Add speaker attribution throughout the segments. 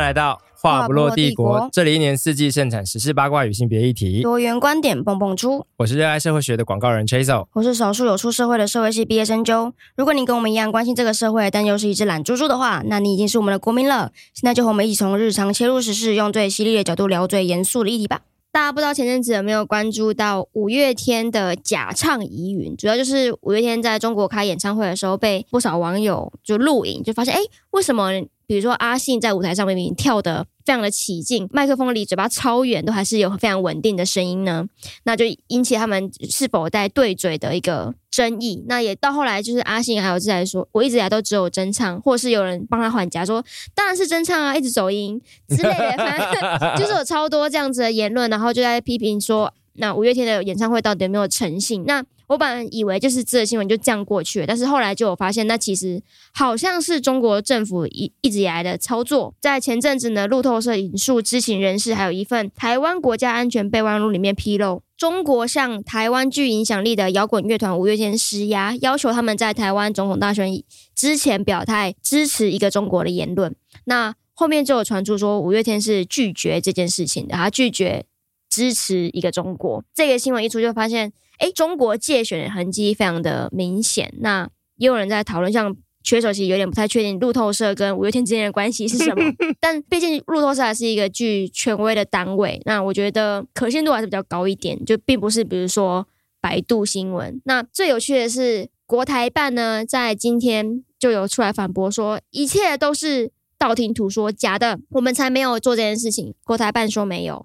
Speaker 1: 来到话不
Speaker 2: 话
Speaker 1: 落帝
Speaker 2: 不落帝
Speaker 1: 国
Speaker 2: 国，
Speaker 1: 这里一年四季盛产时事八卦与性别议题。
Speaker 2: 多元观点蹦蹦出。
Speaker 1: 我是热爱社会学的广告人 Chaso。
Speaker 2: 我是少数有出社会的社会系毕业生啾。如果你跟我们一样关心这个社会，但又是一只懒猪猪的话，那你已经是我们的国民了。现在就和我们一起从日常切入时事，用最犀利的角度聊最严肃的议题吧。
Speaker 3: 大家不知道前阵子有没有关注到五月天的假唱疑云？主要就是五月天在中国开演唱会的时候，被不少网友就录影，就发现哎，诶为什么比如说阿信在舞台上明明跳的非常的起劲，麦克风离嘴巴超远，都还是有非常稳定的声音呢？那就引起他们是否在对嘴的一个争议。那也到后来就是阿信还有志来说，我一直以来都只有真唱，或者是有人帮他缓颊说，当然是真唱啊，一直走音之类的，反正。 就是有超多这样子的言论，然后就在批评说，那五月天的演唱会到底有没有诚信？那我本来以为就是这个新闻就这样过去了，但是后来就有发现，那其实好像是中国政府一一直以来的操作。在前阵子呢，路透社引述知情人士，还有一份台湾国家安全备忘录里面披露，中国向台湾具影响力的摇滚乐团五月天施压，要求他们在台湾总统大选之前表态支持一个中国的言论。那后面就有传出说，五月天是拒绝这件事情的，他拒绝支持一个中国。这个新闻一出，就发现，哎，中国界选的痕迹非常的明显。那也有人在讨论，像缺手其实有点不太确定路透社跟五月天之间的关系是什么，但毕竟路透社还是一个具权威的单位，那我觉得可信度还是比较高一点，就并不是比如说百度新闻。那最有趣的是，国台办呢在今天就有出来反驳说，一切都是道听途说，假的，我们才没有做这件事情。国台办说没有，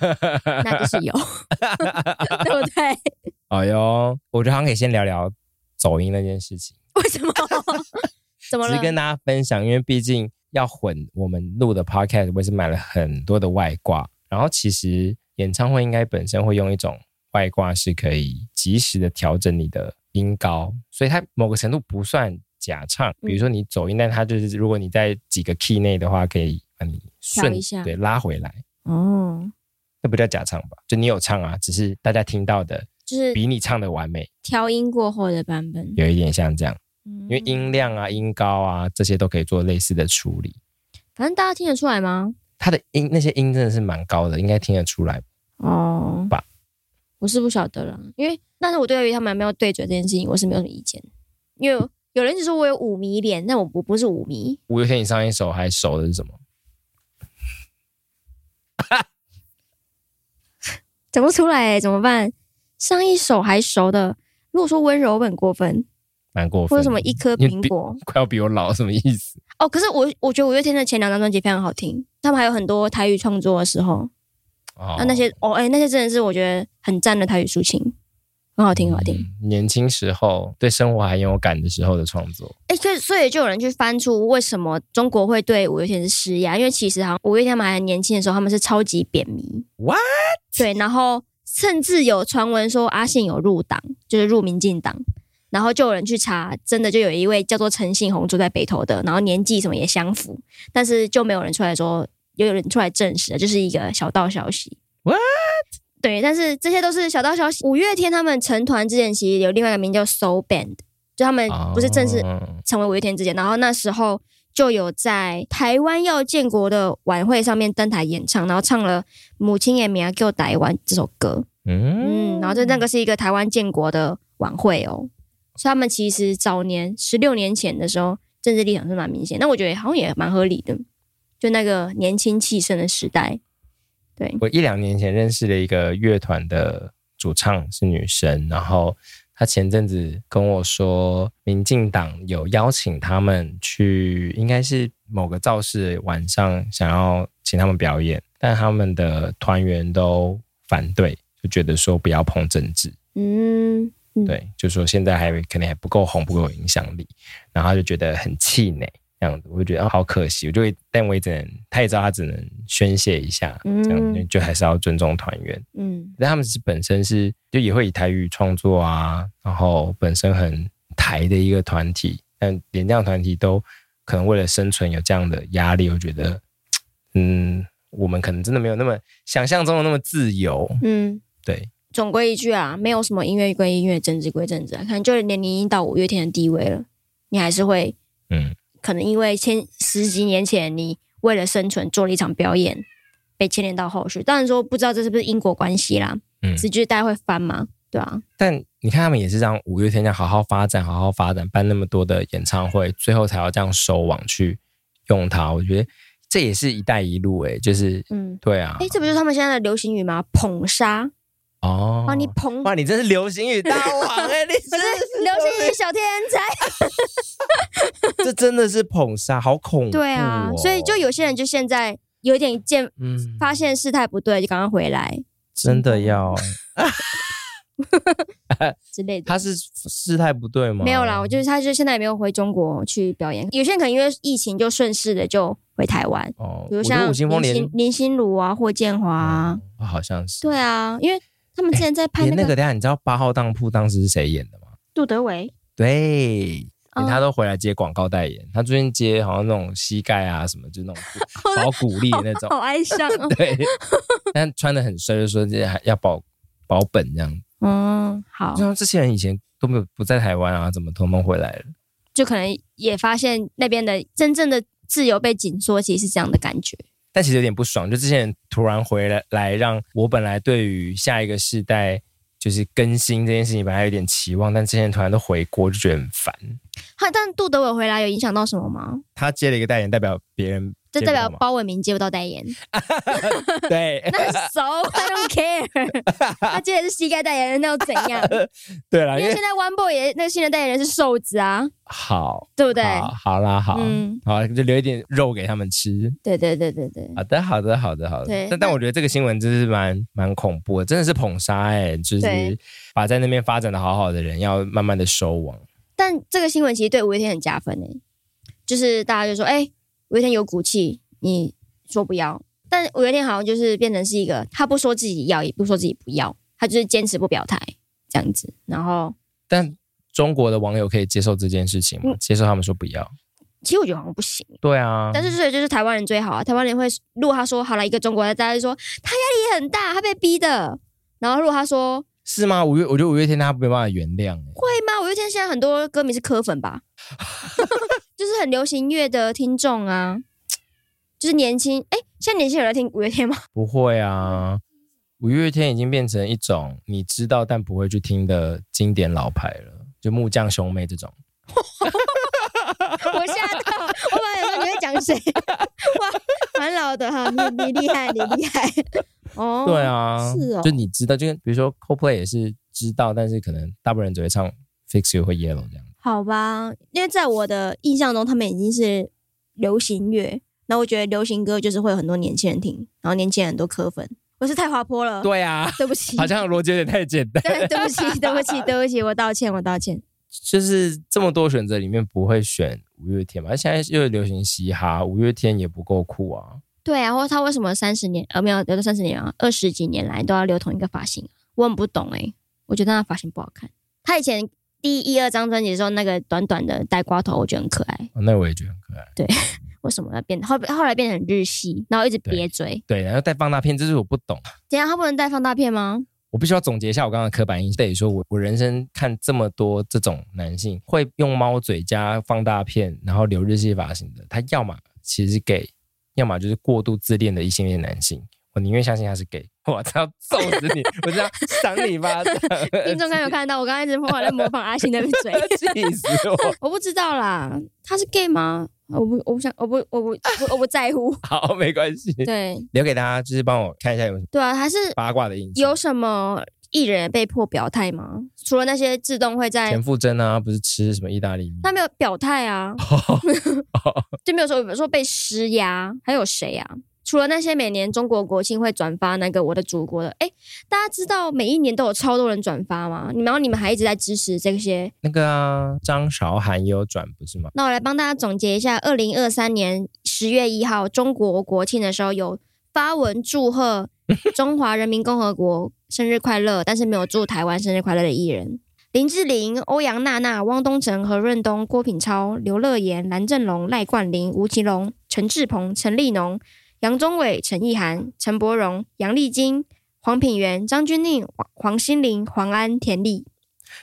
Speaker 3: 那就是有，对不对？
Speaker 1: 哎呦，我觉得好像可以先聊聊走音那件事情，
Speaker 3: 为什么？ 怎么
Speaker 1: 只
Speaker 3: 了
Speaker 1: 是？跟大家分享，因为毕竟要混我们录的 podcast，我也是买了很多的外挂。然后其实演唱会应该本身会用一种外挂是可以及时的调整你的音高，所以它某个程度不算假唱。比
Speaker 3: 嗯
Speaker 1: 如说你走音，但它就是如果你在几个 key 内的话，可以把你顺
Speaker 3: 调一下
Speaker 1: 对拉回来，
Speaker 3: 哦，
Speaker 1: 那不叫假唱吧？就你有唱啊，只是大家听到的
Speaker 3: 就是
Speaker 1: 比你唱的完美，
Speaker 3: 调音过后的版本，嗯
Speaker 1: 有一点像这样。
Speaker 3: 因
Speaker 1: 因为音量啊、音高啊这些都可以做类似的处理。
Speaker 3: 反正大家听得出来吗？
Speaker 1: 它的音那些音真的是蛮高的，应该听得出来。
Speaker 3: 哦，
Speaker 1: 吧
Speaker 3: 我是不晓得了，因为但是我对于他们有没有对嘴这件事情，我是没有什么意见，因为有人只说我有五迷脸，但我不不是五迷，
Speaker 1: 五月天，你上一首还熟的是什么？
Speaker 3: 讲不出来、怎么办？上一首还熟的，如果说温柔很过分，
Speaker 1: 蛮过分的。
Speaker 3: 或者什么一颗
Speaker 1: 你
Speaker 3: 苹
Speaker 1: 比
Speaker 3: 果
Speaker 1: 快要比我老，什么意思？
Speaker 3: 哦，可是我我觉得五月天的前两张专辑非常好听，他们还有很多台语创作的时候，
Speaker 1: 哦
Speaker 3: 那、那些哦哎、那些真的是我觉得很赞的台语抒情，很好听，很好听。
Speaker 1: 嗯年轻时候对生活还很有感的时候的创作，
Speaker 3: 哎、所以所以就有人去翻出为什么中国会对五月天是施压，因为其实好像五月天他们还很年轻的时候，他们是超级扁迷
Speaker 1: What？
Speaker 3: 对，然后甚至有传闻说阿信有入党，就是入民进党，然后就有人去查，真的就有一位叫做陈信宏住在北投的，然后年纪什么也相符，但是就没有人出来说，也有人出来证实了，就是一个小道消息。
Speaker 1: What？
Speaker 3: 对，但是这些都是小道消息。五月天他们成团之前，其实有另外一个名叫 Soul Band，就他们哎不是正式
Speaker 1: 哦
Speaker 3: 成为五月天之前，然后那时候就有在台湾要建国的晚会上面登台演唱，然后唱了《母亲也没给我台湾》这首歌，
Speaker 1: 嗯
Speaker 3: 嗯，然后就那个是一个台湾建国的晚会哦，所以他们其实早年十六年前的时候，政治立场是蛮明显，那我觉得好像也蛮合理的，就那个年轻气盛的时代，对，
Speaker 1: 我一两年前认识了一个乐团的主唱是女生，然后她前阵子跟我说，民进党有邀请他们去，应该是某个造势晚上想要请他们表演，但他们的团员都反对，就觉得说不要碰政治。
Speaker 3: 嗯，嗯
Speaker 1: 对，就说现在还可能还不够红，不够有影响力，然后他就觉得很气馁，这样子，我就觉得啊好可惜，我就会，但我也只能，他也知道他只能宣泄一下，这样子
Speaker 3: 嗯
Speaker 1: 就还是要尊重团员，
Speaker 3: 嗯
Speaker 1: 但他们是本身是就也会以台语创作啊，然后本身很台的一个团体，但连这样的团体都可能为了生存有这样的压力，我觉得，嗯，我们可能真的没有那么想象中的那么自由，
Speaker 3: 嗯。
Speaker 1: 对，
Speaker 3: 总归一句啊，没有什么音乐归音乐，政治归政治啊。可能就连你已经到五月天的地位了，你还是会
Speaker 1: 嗯，
Speaker 3: 可能因为千十几年前你为了生存做了一场表演，被牵连到后续。当然说不知道这是不是因果关系啦，
Speaker 1: 嗯
Speaker 3: 只觉得大家会翻嘛，对啊，
Speaker 1: 但你看他们也是让五月天这样好好发展，好好发展，办那么多的演唱会，最后才要这样收网去用它。我觉得这也是一带一路、欸，就是
Speaker 3: 嗯，
Speaker 1: 对啊
Speaker 3: 哎、，这不就是他们现在的流行语吗？捧杀，啊
Speaker 1: 哦，
Speaker 3: 哇，你捧，
Speaker 1: 哇，你真是流行语大 王哎、你
Speaker 3: 可
Speaker 1: 真
Speaker 3: 是
Speaker 1: 的
Speaker 3: 流行语小天才，
Speaker 1: 这真的是捧杀，好恐怖、哦。
Speaker 3: 对啊，所以就有些人就现在有一点见
Speaker 1: 嗯，
Speaker 3: 发现事态不对，就赶快回来
Speaker 1: 真的要
Speaker 3: 之类的。
Speaker 1: 他是事态不对吗？
Speaker 3: 没有啦，我就是他就现在也没有回中国去表演，有些人可能因为疫情就顺势的就回台湾，
Speaker 1: 哦，
Speaker 3: 比如
Speaker 1: 我觉得
Speaker 3: 像
Speaker 1: 吴青峰
Speaker 3: 林
Speaker 1: 连
Speaker 3: 心林心如啊、霍建华啊，
Speaker 1: 嗯好像是
Speaker 3: 对啊，因为他们之前在拍
Speaker 1: 哎连
Speaker 3: 那
Speaker 1: 那
Speaker 3: 个
Speaker 1: 个等一下你知道八号当铺当时是谁演的吗？
Speaker 3: 杜德伟，
Speaker 1: 对，
Speaker 3: 哦
Speaker 1: 他都回来接广告代言，他最近接好像那种膝盖啊什么，就 那种保骨力那种，。
Speaker 3: 好哀伤哦
Speaker 1: 对，但穿的很帅，就说这还要保保本这样。
Speaker 3: 嗯，好
Speaker 1: 就，像这些人以前都没有不在台湾啊，怎么通通回来了？
Speaker 3: 就可能也发现那边的真正的自由被紧缩，其实是这样的感觉。
Speaker 1: 但其实有点不爽，就这些人突然回来，来让我本来对于下一个世代就是更新这件事情本来有点期望，但这些人突然都回国，就觉得很烦。
Speaker 3: 哈，但杜德伟回来有影响到什么吗？
Speaker 1: 他接了一个代言，代表别人
Speaker 3: 就
Speaker 1: 接
Speaker 3: 代
Speaker 1: 不
Speaker 3: 表
Speaker 1: 到吗，
Speaker 3: 包文明接不到代言，
Speaker 1: 对
Speaker 3: 那很熟，I don't care。他 接的是膝盖代言人，那又怎样？
Speaker 1: 对了，因
Speaker 3: 因为
Speaker 1: 为
Speaker 3: 现在 One Boy 也那个新的代言人是瘦子啊，
Speaker 1: 好，
Speaker 3: 对不对？
Speaker 1: 好，好啦，好，
Speaker 3: 嗯，
Speaker 1: 好，就留一点肉给他们吃。
Speaker 3: 对对对对对，
Speaker 1: 好的，好的，好的，好的
Speaker 3: 对。
Speaker 1: 但但我觉得这个新闻真是蛮蛮恐怖的，真的是捧杀哎、就是
Speaker 3: 对
Speaker 1: 把在那边发展的好好的人，要慢慢的收网。
Speaker 3: 但这个新闻其实对五月天很加分诶，就是大家就说，哎、五月天有骨气，你说不要，但五月天好像就是变成是一个，他不说自己要，也不说自己不要，他就是坚持不表态这样子，然后。
Speaker 1: 但中国的网友可以接受这件事
Speaker 3: 嗯
Speaker 1: 情吗？接受他们说不要？
Speaker 3: 其实我觉得好像不行，
Speaker 1: 对啊，
Speaker 3: 但是所以就是台湾人最好啊。台湾人会，如果他说好了一个中国人，大家就说他压力很大，他被逼的。然后如果他说
Speaker 1: 是吗？五月，我觉得五月天他没办法原谅、欸。
Speaker 3: 会吗？五月天现在很多歌迷是磕 粉吧， 就是很流行乐的听众啊，就是年轻。哎、现在年轻人有在听五月 天吗？
Speaker 1: 不会啊，五月天已经变成一种你知道但不会去听的经典老牌了，就木匠兄妹这种。
Speaker 3: 我吓到，我本来想说你会 讲谁，哇，蛮老的哈，你你厉害，你厉害。哦，
Speaker 1: 对，啊，
Speaker 3: 是哦
Speaker 1: 就你知道，就跟比如说 Coldplay 也是知道，但是可能大部分人只会唱 Fix You 或 Yellow 这样。
Speaker 3: 好吧，因为在我的印象中，他们已经是流行乐，那我觉得流行歌就是会有很多年轻人听，然后年轻人很多磕粉，我是太滑坡了，
Speaker 1: 对 啊，
Speaker 3: 对不起，
Speaker 1: 好像逻辑有点太简单。
Speaker 3: 对对不起，对不起，对不起，我道歉，我道歉。
Speaker 1: 就是这么多选择里面不会选五月天嘛？现在又流行嘻哈，五月天也不够酷啊。
Speaker 3: 对啊，或他为什么三十年呃没有留到三十年啊，二十几年来都要留同一个发型？啊我很不懂哎、我觉得他的发型不好看。他以前第一二张专辑的时候，那个短短的呆瓜头，我觉得很可爱。
Speaker 1: 哦那我也觉得很可爱。
Speaker 3: 为什么要变？后后来变成日系，然后一直瘪嘴。
Speaker 1: 对，然后戴放大片，这是我不懂。
Speaker 3: 怎样？他不能戴放大片吗？
Speaker 1: 我必须要总结一下我刚刚的刻板印象，得说我我人生看这么多这种男性会用猫嘴加放大片，然后留日系发型的，他要么其实是 gay，要么就是过度自恋的异性恋男性。我宁愿相信他是 gay，我操，揍死你！我这样赏你巴掌，
Speaker 3: 听众刚有看到，我刚刚一直模仿在模仿阿信那边嘴。
Speaker 1: 气死我！。
Speaker 3: 我不知道啦，他是 gay 吗？我不，我不想，我不，我不，我不在乎
Speaker 1: 好，没关系，
Speaker 3: 对
Speaker 1: 留给大家就是帮我看一下有什么
Speaker 3: 对啊，还是
Speaker 1: 八卦的印象。
Speaker 3: 有什么艺人被迫表态吗？除了那些自动会在
Speaker 1: 田，馥甄啊，不是吃什么意大利面？
Speaker 3: 他没有表态啊， 就没有说，比如说被施压，还有谁啊？除了那些每年中国国庆会转发那个我的祖国的，哎，大家知道每一年都有超多人转发吗？你们然后你们还一直在支持这些，
Speaker 1: 那个啊，张韶涵也有转，不是吗？
Speaker 3: 那我来帮大家总结一下，二零二三年十月一号中国国庆的时候，有发文祝贺中华人民共和国生日快乐，但是没有祝台湾生日快乐的艺人。林志玲、欧阳娜娜、汪东城、何润东、郭品超、刘乐言、蓝正龙、赖冠霖、吴奇隆、陈志朋、陈立农、杨宗纬、陈意涵、陈柏荣、杨丽菁、黄品源、张钧甯、黄黄心凌、黄安、田丽。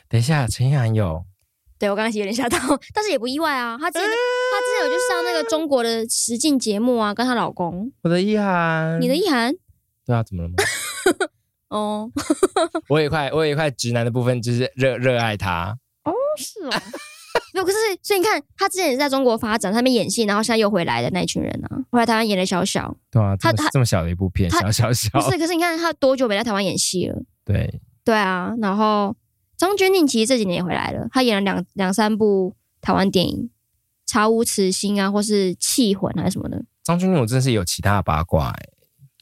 Speaker 1: 等一下，陈意涵有。
Speaker 3: 对我刚开始有点吓到，但是也不意外啊，他之前她之前有去上那个中国的实境节目啊，跟她老公。
Speaker 1: 我的意涵，
Speaker 3: 你的意涵
Speaker 1: 对啊，怎么 了吗？
Speaker 3: 哦，
Speaker 1: 我有一块，我有一块直男的部分，就是热热爱他。
Speaker 3: 是哦，没有。可是所以你看，她之前也是在中国发展，她那边演戏，然后现在又回来的那一群人啊，回来台湾演了小小。
Speaker 1: 对啊，这
Speaker 3: 他
Speaker 1: 么
Speaker 3: 他
Speaker 1: 这么小的一部片，
Speaker 3: 他
Speaker 1: 小小小
Speaker 3: 不，是，可是你看她多久没在台湾演戏了？
Speaker 1: 对，
Speaker 3: 对啊，然后张钧甯其实这几年也回来了，她演了两两三部台湾电影，《查无此心》啊，或是《气魂》还是什么的。
Speaker 1: 张钧甯我真是有其他的八卦哎、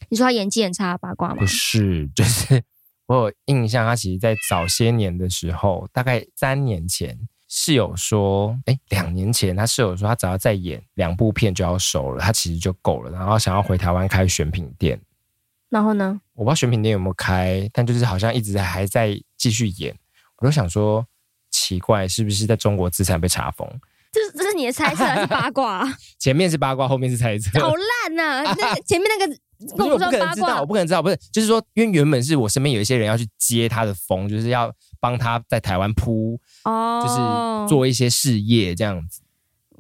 Speaker 3: 你说她演技很差，八卦吗
Speaker 1: 不？是， 就是我有印象，他其实在早些年的时候，大概三年前是有说，哎，两年前他是有说，他只要再演两部片就要收了，他其实就够了，然后想要回台湾开选品店。
Speaker 3: 然后呢？
Speaker 1: 我不知道选品店有没有开，但就是好像一直还在继续演，我都想说奇怪，是不是在中国资产被查封？
Speaker 3: 这是这是你的 猜测还是八卦、啊？
Speaker 1: 前面是八卦，后面是猜测。
Speaker 3: 好烂 呐、那前面那个
Speaker 1: 不是我
Speaker 3: 跟哦我
Speaker 1: 不
Speaker 3: 说
Speaker 1: 可能
Speaker 3: 八
Speaker 1: 知道，
Speaker 3: 卦
Speaker 1: 我，不可能知道，不是，就是说，因为原本是我身边有一些人要去接他的风，就是要帮他在台湾铺，就是
Speaker 3: 哦，
Speaker 1: 做一些事业这样子。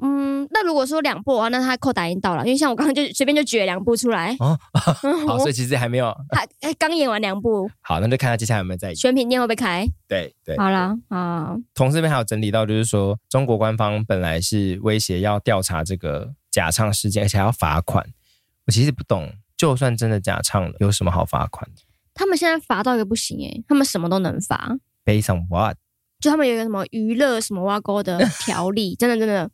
Speaker 3: 嗯，那如果说两部的话，那他扣打已经到了，因为像我刚刚就随便就举了两部出来，
Speaker 1: 哦
Speaker 3: 哦，
Speaker 1: 好，所
Speaker 3: 我
Speaker 1: 以其实还没有
Speaker 3: 他他刚演完两部，
Speaker 1: 好，那就看他接下来有没有再
Speaker 3: 选品店会不会开？
Speaker 1: 对对。
Speaker 3: 好啦，啊，
Speaker 1: 同事这边还有整理到，就是说中国官方本来是威胁要调查这个假唱事件，而且还要罚款。我其实不懂，就算真的假唱了，有什么好罚款的
Speaker 3: 他们现在罚到一个不行诶、欸他们什么都能罚，
Speaker 1: ？Based on what？
Speaker 3: 就他们有一个什么娱乐什么挖沟的 条例，真的真的，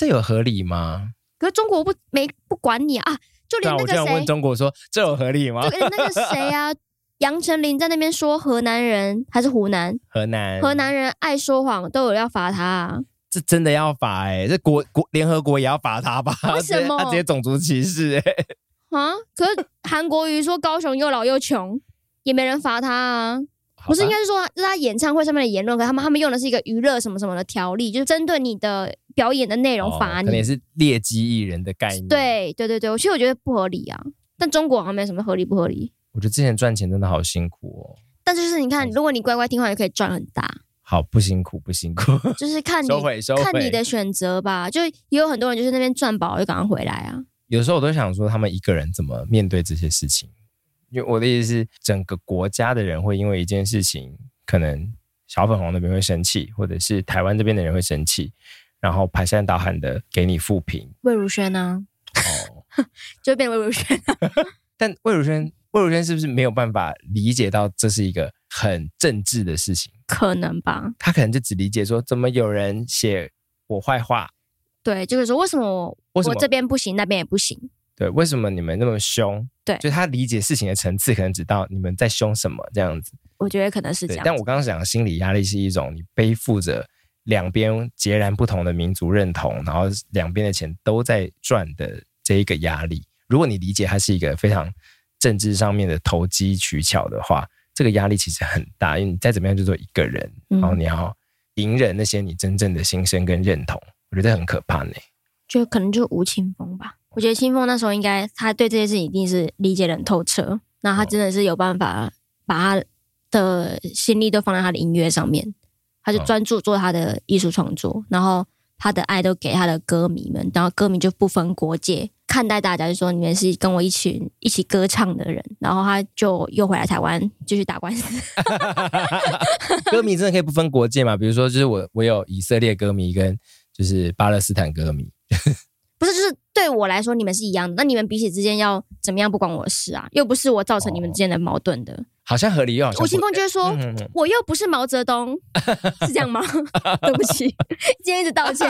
Speaker 1: 这有合理吗？
Speaker 3: 可是中国不没不管你啊，啊就连
Speaker 1: 然
Speaker 3: 那
Speaker 1: 我
Speaker 3: 个
Speaker 1: 就想
Speaker 3: 谁
Speaker 1: 问，中国说，这有合理吗
Speaker 3: 就？连那个谁啊，杨丞琳在那边说河南人还是湖南，
Speaker 1: 河南，
Speaker 3: 河南人爱说谎都有要罚他、啊，
Speaker 1: 这真的要罚哎、这国国联合国也要罚他吧？
Speaker 3: 为什么
Speaker 1: 他直接他直接种族歧视哎、
Speaker 3: 啊！可是韩国瑜说高雄又老又穷，也没人罚他啊。不是应
Speaker 1: 好吧
Speaker 3: 该是说，就是他演唱会上面的言论，可他们他们用的是一个娱乐什么什么的条例，就是针对你的表演的内容罚
Speaker 1: 哦
Speaker 3: 你。
Speaker 1: 可能也是劣迹艺人的概念。，
Speaker 3: 对对对对，我其实我觉得不合理啊。但中国好像没有什么合理不合理。
Speaker 1: 我觉得之前赚钱真的好辛苦哦。
Speaker 3: 但是就是你
Speaker 1: 哦
Speaker 3: 看，如果你乖乖听话，也可以赚很大，
Speaker 1: 好不辛苦不辛苦，
Speaker 3: 就是看你
Speaker 1: 收回收回。
Speaker 3: 看你的选择吧。就也有很多人就是那边赚饱了就赶快回来啊。
Speaker 1: 有时候我都想说，他们一个人怎么面对这些事情？因为我的意思是，整个国家的人会因为一件事情，可能小粉红那边会生气，或者是台湾这边的人会生气，然后排山倒海的给你负评。
Speaker 3: 魏如萱呢、
Speaker 1: 哦，
Speaker 3: 就变魏如萱，
Speaker 1: 但魏如萱，魏如萱是不是没有办法理解到这是一个很政治的事情？
Speaker 3: 可能吧？
Speaker 1: 她可能就只理解说，怎么有人写我坏话？
Speaker 3: 对，就是说为什么我
Speaker 1: 为什么
Speaker 3: 我这边不行，那边也不行？
Speaker 1: 对，为什么你们那么凶？
Speaker 3: 对
Speaker 1: 就他理解事情的层次，可能只到你们在凶什么这样子。
Speaker 3: 我觉得可能是这
Speaker 1: 对，
Speaker 3: 样。
Speaker 1: 但我刚刚讲的心理压力是一种你背负着两边截然不同的民族认同，然后两边的钱都在赚的这一个压力。如果你理解它是一个非常政治上面的投机取巧的话，这个压力其实很大，因为你再怎么样就做一个人，
Speaker 3: 嗯
Speaker 1: 然后你要隐忍那些你真正的心声跟认同，我觉得很可 怕呢。
Speaker 3: 就可能就是吴青峰吧。我觉得清风那时候应该他对这些事情一定是理解得很透彻，那他真的是有办法把他的心力都放在他的音乐上面，他就
Speaker 1: 嗯
Speaker 3: 专注做他的艺术创作，然后他的爱都给他的歌迷们，然后歌迷就不分国界看待大家，就说你们是跟我一起一起歌唱的人，然后他就又回来台湾继续打官司。
Speaker 1: 歌迷真的可以不分国界嘛？比如说，就是我我有以色列歌迷跟就是巴勒斯坦歌迷，
Speaker 3: 不是，就是对我来说，你们是一样的。那你们彼此之间要怎么样，不关我的事啊，又不是我造成你们之间的矛盾的。
Speaker 1: 好像合理又好像
Speaker 3: 吴
Speaker 1: 不
Speaker 3: 青峰就会说：“
Speaker 1: 嗯嗯嗯
Speaker 3: 我又不是毛 泽东，是这样吗？” 对不起，今天一直道歉。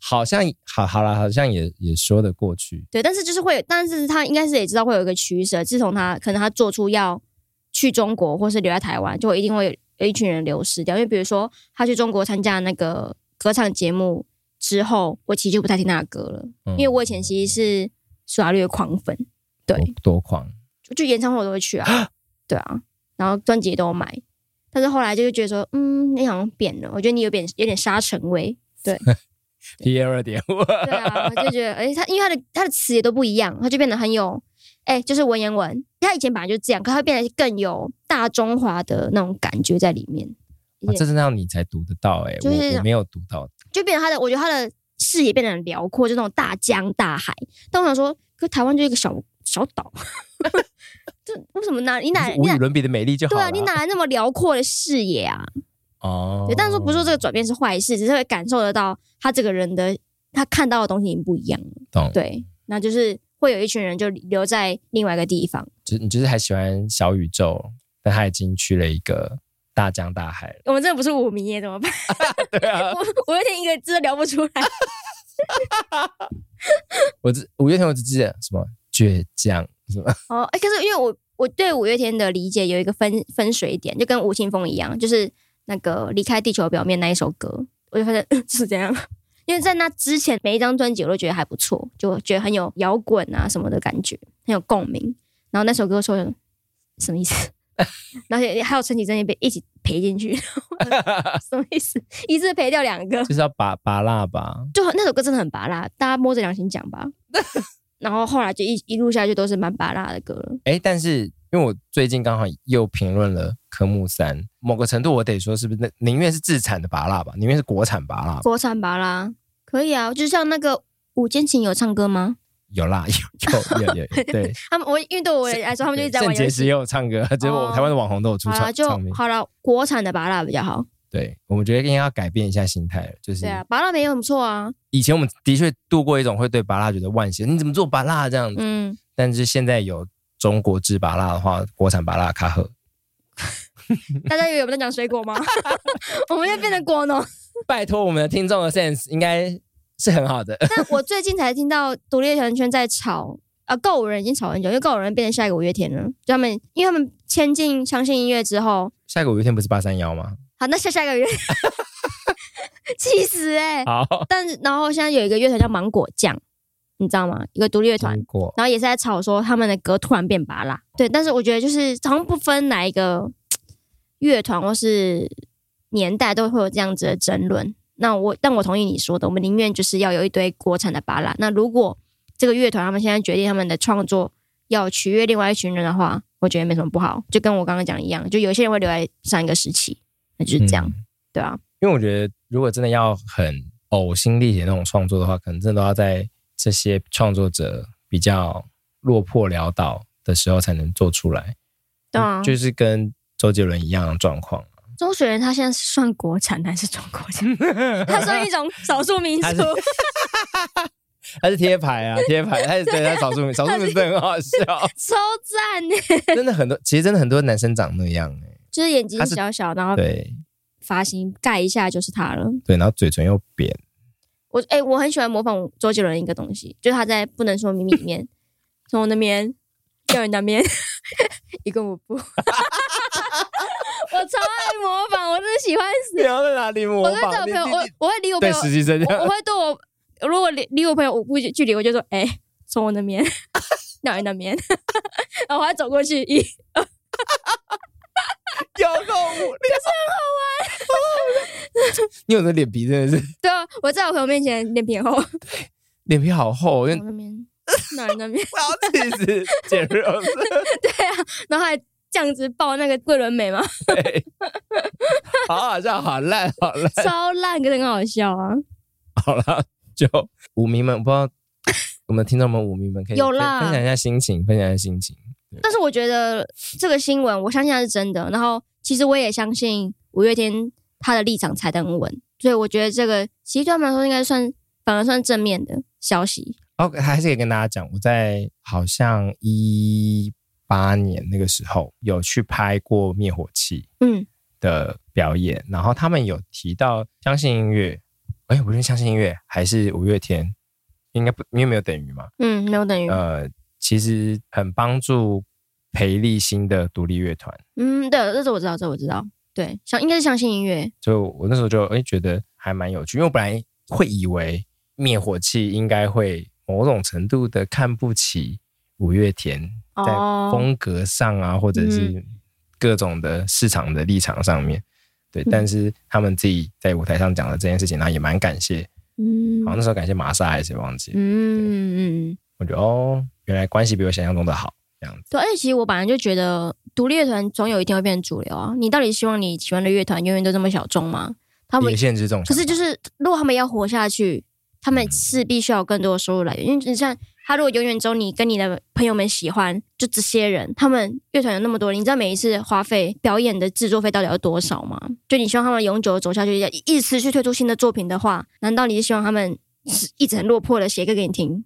Speaker 1: 好像好好了，好像也也说得过去。
Speaker 3: 对，但是就是会有，但是他应该是也知道会有一个取舍。自从他可能他做出要去中国或是留在台湾，就一定会有有一群人流失掉。因为比如说他去中国参加那个歌唱节目之后，我其实就不太听他的歌了，
Speaker 1: 嗯
Speaker 3: 因为我以前其实是苏打绿的狂粉，对，
Speaker 1: 多多狂，
Speaker 3: 就就演唱会我都会去啊，对啊，然后专辑也都有买，但是后来就是觉得说，嗯，你好像变了，我觉得你有点有点沙尘 味，
Speaker 1: 第二点五，
Speaker 3: 对啊，我就觉得，而且他因为他的他的词也都不一样，他就变得很有，哎、就是文言文，他以前本来就这样，可他变得更有大中华的那种感觉在里面，
Speaker 1: 哇这真的要你才读得到哎、
Speaker 3: 就是
Speaker 1: 我我没有读到，
Speaker 3: 就变成他的，我觉得他的视野变得很辽阔，就那种大江大海。但我想说，可台湾就一个小小 岛， 这为什么哪你哪
Speaker 1: 就是
Speaker 3: 你
Speaker 1: 无与
Speaker 3: 哪
Speaker 1: 伦比的美丽就好
Speaker 3: 对
Speaker 1: 了。
Speaker 3: 啊，你哪来那么辽阔的视野啊？
Speaker 1: 哦
Speaker 3: 对，，但是说不是说这个转变是坏事，只是会感受得到他这个人的他看到的东西已经不一样了。
Speaker 1: 懂？
Speaker 3: 对，那就是会有一群人就留在另外一个地方。
Speaker 1: 就是你就是还喜欢小宇宙，但他已经去了一个大江大海了。
Speaker 3: 我们真的不是舞迷耶，怎么办？
Speaker 1: 对啊，
Speaker 3: 我我有点一个字都聊不出来。
Speaker 1: 我只五月天我只记得什么倔强什 么，
Speaker 3: 哦，哎、可是因为我我对五月天的理解有一个分分水点，就跟吴青峰一样，就是那个离开地球表面那一首歌，我就发现、 嗯、是这样。因为在那之前每一张专辑我都觉得还不错，就觉得很有摇滚啊什么的感觉，很有共鸣。然后那首歌说什么意思？ 而且还有陈绮贞也被一起赔进去，什么意思？一次赔掉两个，
Speaker 1: 就是要拔拔蜡吧？
Speaker 3: 就很那首歌真的很拔辣，大家摸着良心讲吧。然后后来就一一路下去都是蛮拔辣的歌了。
Speaker 1: 哎，但是因为我最近刚好又评论了科目三，某个程度我得说是不是那宁愿是自产的拔蜡吧，宁愿是国产拔蜡吧。
Speaker 3: 国产吧啦，可以啊，就像那个五间琴有唱歌吗？
Speaker 1: 有啦， 有有有有 有，对，
Speaker 3: 他们我因为对我来说，他们就一直在
Speaker 1: 圣
Speaker 3: 玩游
Speaker 1: 洁石也
Speaker 3: 戏。哦
Speaker 1: 有唱歌， 结果台湾的网红都有出
Speaker 3: 好
Speaker 1: 唱
Speaker 3: 了就
Speaker 1: 唱片。
Speaker 3: 好了，国产的芭乐比较好。
Speaker 1: 对，我们觉得应该要改变一下心态了，就是
Speaker 3: 对啊，芭乐没有很不错啊。
Speaker 1: 以前我们的确度过一种会对拔蜡觉得惋惜，你怎么做拔蜡这样子？
Speaker 3: 嗯，
Speaker 1: 但是现在有中国制拔蜡的话，国产拔蜡卡赫
Speaker 3: 嗯大家以为我们在讲水 果吗？我们又变成果农。
Speaker 1: 拜托我们的听众的 sense 应该是很好的。
Speaker 3: 但我最近才听到独立乐团圈在吵，啊，告五人已经吵很久，因为告五人变成下一个五月天了。就他们，因为他们签进相信音乐之后，
Speaker 1: 下个五月天不是八三幺吗？
Speaker 3: 好，那下 下个月，气死哎、
Speaker 1: 好，
Speaker 3: 但是然后现在有一个乐团叫芒果酱，你知道吗？一个独立乐团
Speaker 1: 听，过
Speaker 3: 然后也是在吵说他们的歌突然变拔辣。对，但是我觉得就是好像不分哪一个乐团或是年代都会有这样子的争论。那我但我同意你说的，我们宁愿就是要有一堆国产的拔辣。那如果这个乐团他们现在决定他们的创作要取悦另外一群人的话，我觉得没什么不好。就跟我刚刚讲一样，就有些人会留在上一个时期，那就是这样，
Speaker 1: 嗯
Speaker 3: 对啊。
Speaker 1: 因为我觉得如果真的要很呕心沥血那种创作的话，可能真的都要在这些创作者比较落魄潦倒的时候才能做出来。
Speaker 3: 对啊，
Speaker 1: 就是跟周杰伦一样的状况。
Speaker 3: 周雪人他现在是算国产还是中国产？ 他算一种少数民
Speaker 1: 他
Speaker 3: 族
Speaker 1: 是。他是贴牌啊，贴牌，他是对他少数民，少数民族很好笑，
Speaker 3: 超赞呢！
Speaker 1: 真的很多，其实真的很多男生长那样哎、
Speaker 3: 就是眼睛小小，然后
Speaker 1: 对
Speaker 3: 发型盖一下就是他了。
Speaker 1: 对，然后嘴唇又扁，
Speaker 3: 我哎、我很喜欢模仿周杰伦一个东西，就是他在《不能说秘密》里面，从我那边到你那边， 一共五步。 我超爱模仿，我真的喜欢
Speaker 1: 你
Speaker 3: 死。
Speaker 1: 要在哪里模
Speaker 3: 我跟
Speaker 1: 仿？
Speaker 3: 我
Speaker 1: 你
Speaker 3: 朋友，
Speaker 1: 你
Speaker 3: 我
Speaker 1: 你
Speaker 3: 我会离我朋
Speaker 1: 对
Speaker 3: 友，
Speaker 1: 实习生这
Speaker 3: 我我
Speaker 1: 样，
Speaker 3: 会对我，如果离离我朋友五步距距离，我就说，哎、从我那边 到你那边， 然后我还走过去一。
Speaker 1: 有够无聊，就是很好玩。 你有的脸皮真的是
Speaker 3: 对啊，我在我朋友面前脸皮很厚，
Speaker 1: 脸皮好厚，因为
Speaker 3: 从那边那人那边，
Speaker 1: 我要气死简若瑟。
Speaker 3: 然后还这样子抱那个桂纶镁嘛，
Speaker 1: 对，好好笑，好烂，好烂，
Speaker 3: 超烂，可是很好笑啊。
Speaker 1: 好了，就舞迷们，我不知道我们听众们舞迷们可以
Speaker 3: 有啦
Speaker 1: 分分享一下心情，分享一下心情。
Speaker 3: 但是我觉得这个新闻，我相信它是真的。然后其实我也相信五月天他的立场踩得很稳，所以我觉得这个其实对他们来说应该算反而算正面的消息。
Speaker 1: 哦，还是可以跟大家讲，我在好像一八年那个时候有去拍过灭火器
Speaker 3: 嗯，
Speaker 1: 的表演，然后他们有提到相信音乐，哎，无论相信音乐还是五月天，应该不，因为没有等于嘛，
Speaker 3: 嗯，没有等于，
Speaker 1: 呃，其实很帮助培力新的独立乐团。
Speaker 3: 嗯，对，这我知道，这我知道，对，相应该是相信音乐，
Speaker 1: 就我那时候就哎、诶觉得还蛮有趣，因为我本来会以为灭火器应该会某种程度的看不起五月天，
Speaker 3: 哦嗯
Speaker 1: 在风格上啊，或者是各种的市场的立场上面。对，
Speaker 3: 嗯
Speaker 1: 但是他们自己在舞台上讲的这件事情，然后也蛮感谢，
Speaker 3: 嗯
Speaker 1: 好像那时候感谢玛莎还是谁忘记，
Speaker 3: 嗯嗯嗯，
Speaker 1: 我觉得哦，原来关系比我想象中的好，这样子。
Speaker 3: 对，而且其实我本来就觉得独立乐团总有一天会变成主流啊。你到底希望你喜欢的乐团永远都这么小众吗？他们
Speaker 1: 也限制这种
Speaker 3: 可
Speaker 1: 想法。
Speaker 3: 是就是，如果他们要活下去，他们是必须要有更多的收入来源。因为你像他，如果永远只有你跟你的朋友们喜欢，就这些人，他们乐团有那么多人，你知道每一次花费表演的制作费到底要多少吗？就你希望他们永久地走下去，要一直去推出新的作品的话，难道你是希望他们是一直很落魄的写歌给你听？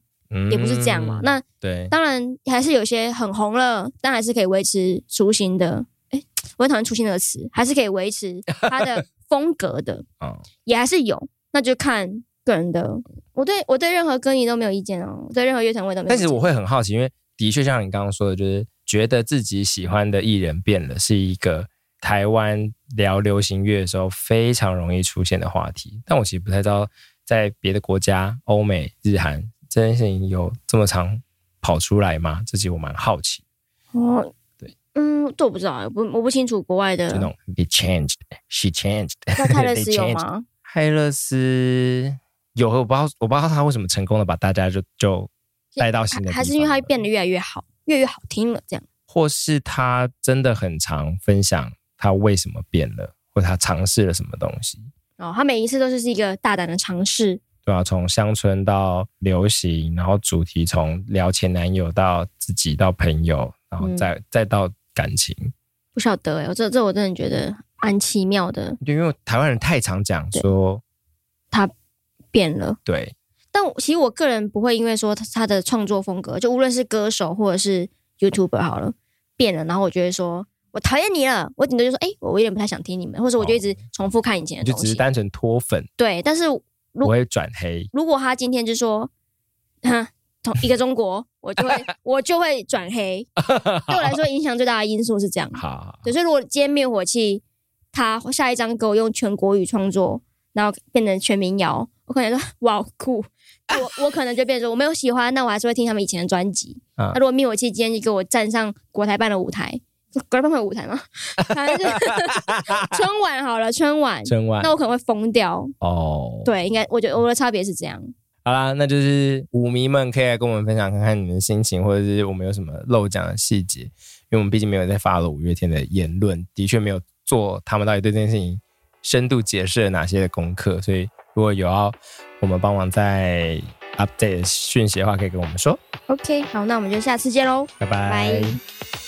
Speaker 3: 也不是这样嘛。
Speaker 1: 嗯
Speaker 3: 那
Speaker 1: 对，
Speaker 3: 当然还是有些很红了，但还是可以维持雏形的。哎，我很讨厌“雏形”这个词，还是可以维持它的风格的。
Speaker 1: 嗯，
Speaker 3: 也还是有，那就看个人的。我对我对任何歌迷都没有意见哦，我对任何乐团我也都没有
Speaker 1: 但
Speaker 3: 意见。
Speaker 1: 是我会很好奇，因为的确像你刚刚说的，就是觉得自己喜欢的艺人变了，是一个台湾聊流行乐的时候非常容易出现的话题。但我其实不太知道，在别的国家，欧美、日韩这件事情有这么常跑出来吗？这集我蛮好奇，
Speaker 3: 哦，
Speaker 1: 对，
Speaker 3: 嗯，这我不知道，我不我不清楚国外的
Speaker 1: 就。那种呃 they changed, she changed，
Speaker 3: 那泰勒
Speaker 1: they
Speaker 3: 斯有
Speaker 1: changed
Speaker 3: 吗？
Speaker 1: 泰勒斯有，我不知道，我不知道他为什么成功的把大家就就带到新的地
Speaker 3: 还
Speaker 1: 方
Speaker 3: 还是因为他
Speaker 1: 了
Speaker 3: 变得越来越好，越来越好听了这样。
Speaker 1: 或是他真的很常分享他为什么变了，或他尝试了什么东西，
Speaker 3: 然后他每一次都是一个大胆的尝试，
Speaker 1: 对啊，从乡村到流行，然后主题从聊前男友到自己到朋友，然后再、
Speaker 3: 嗯
Speaker 1: 再到感情，
Speaker 3: 不晓得哎、我这这我真的觉得蛮奇妙的，
Speaker 1: 就因为台湾人太常讲说
Speaker 3: 变了。
Speaker 1: 对
Speaker 3: 但我其实我个人不会因为说他他的创作风格，就无论是歌手或者是 YouTuber 好了，变了，然后我就会说我讨厌你了，我顶多就说哎、诶我有点不太想听你们，或者我就一直重复看以前
Speaker 1: 哦你
Speaker 3: 的
Speaker 1: 就
Speaker 3: 东
Speaker 1: 只
Speaker 3: 西
Speaker 1: 是。单纯脱粉，
Speaker 3: 对，但是
Speaker 1: 不会转黑，
Speaker 3: 如果他今天就说，哼，同一个中国，我 就会我就会转黑。对我来说，影响最大的因素是这样。
Speaker 1: 好，
Speaker 3: 对，所以如果今天灭火器他下一张给我用全国语创作，然后变成全民谣，我可能说哇酷，我我可能就变成说我没有喜欢，那我还是会听他们以前的专辑。
Speaker 1: 啊
Speaker 3: 那如果灭火器今天就给我站上国台办的舞台，国台办会有舞台吗？ 反正就是春晚好了，春晚，
Speaker 1: 真晚
Speaker 3: 那我可能会疯掉。
Speaker 1: 哦，
Speaker 3: 对，应该我觉得我的差别是这样。
Speaker 1: 好啦，那就是舞迷们可以来跟我们分享看看你们的心情，或者是我们有什么漏讲的细节，因为我们毕竟没有在发了五月天的言论，的确没有做他们到底对这件事情深度解释了哪些的功课，所以如果有要我们帮忙在 update 的讯息的话，可以跟我们说，
Speaker 3: OK，好，那我们就下次见喽。
Speaker 1: 拜
Speaker 3: 拜
Speaker 1: 拜